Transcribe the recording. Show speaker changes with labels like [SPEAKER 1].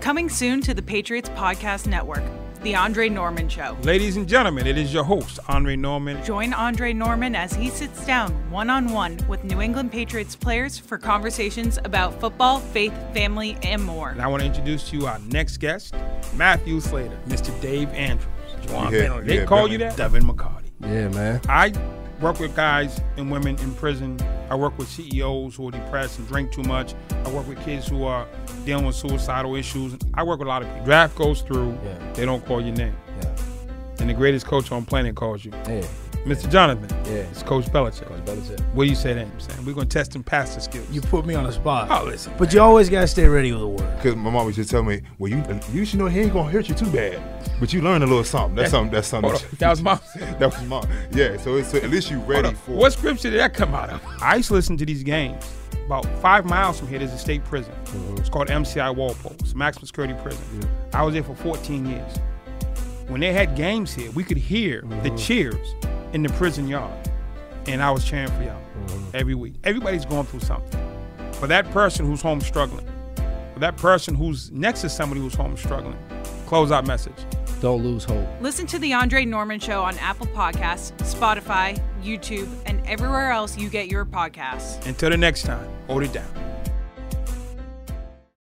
[SPEAKER 1] Coming soon to the Patriots Podcast Network, The Andre Norman Show.
[SPEAKER 2] Ladies and gentlemen, it is your host, Andre Norman.
[SPEAKER 1] Join Andre Norman as he sits down one on one with New England Patriots players for conversations about football, faith, family, and more.
[SPEAKER 2] And I want to introduce to you our next guest, Matthew Slater, Mr. Dave Andrews. Juwan
[SPEAKER 3] Yeah,
[SPEAKER 2] Bentley. They
[SPEAKER 3] yeah,
[SPEAKER 2] call you that?
[SPEAKER 3] Bentley.
[SPEAKER 2] Devin McCarty.
[SPEAKER 3] Yeah, man.
[SPEAKER 2] I work with guys and women in prison. I work with CEOs who are depressed and drink too much. I work with kids who are dealing with suicidal issues. I work with a lot of people. Draft goes through,
[SPEAKER 3] Yeah.
[SPEAKER 2] they don't call your name.
[SPEAKER 3] Yeah.
[SPEAKER 2] And the greatest coach on planet calls you.
[SPEAKER 3] Yeah.
[SPEAKER 2] Mr. Jonathan.
[SPEAKER 3] Yeah.
[SPEAKER 2] It's Coach Belichick.
[SPEAKER 3] Coach Belichick.
[SPEAKER 2] What do you say to him, Sam? We're going to test him past the skills.
[SPEAKER 4] You put me on the spot.
[SPEAKER 2] Oh, listen,
[SPEAKER 4] But you always gotta stay ready with a word.
[SPEAKER 3] Cause my mom always just tell me, well, you you should know he ain't gonna hurt you too bad, but you learn a little something. That's something. That's something.
[SPEAKER 2] Hold on. That was my.
[SPEAKER 3] that was mom. Yeah. So it's so at least you
[SPEAKER 2] Hold
[SPEAKER 3] ready
[SPEAKER 2] on.
[SPEAKER 3] for.
[SPEAKER 2] Uh, What scripture did that come out of? I used to listen to these games. About five miles from here, there's a state prison. It's called MCI Walpole. It's a maximum security prison. I was there for 14 years. When they had games here, we could hear the cheers in the prison yard. And I was cheering for y'all every week. Everybody's going through something. For that person who's home struggling, for that person who's next to somebody who's home struggling, close out message.
[SPEAKER 5] Don't lose hope.
[SPEAKER 1] Listen to The Andre Norman Show on Apple Podcasts, Spotify, YouTube, and everywhere else you get your podcasts.
[SPEAKER 2] Until the next time, hold it down.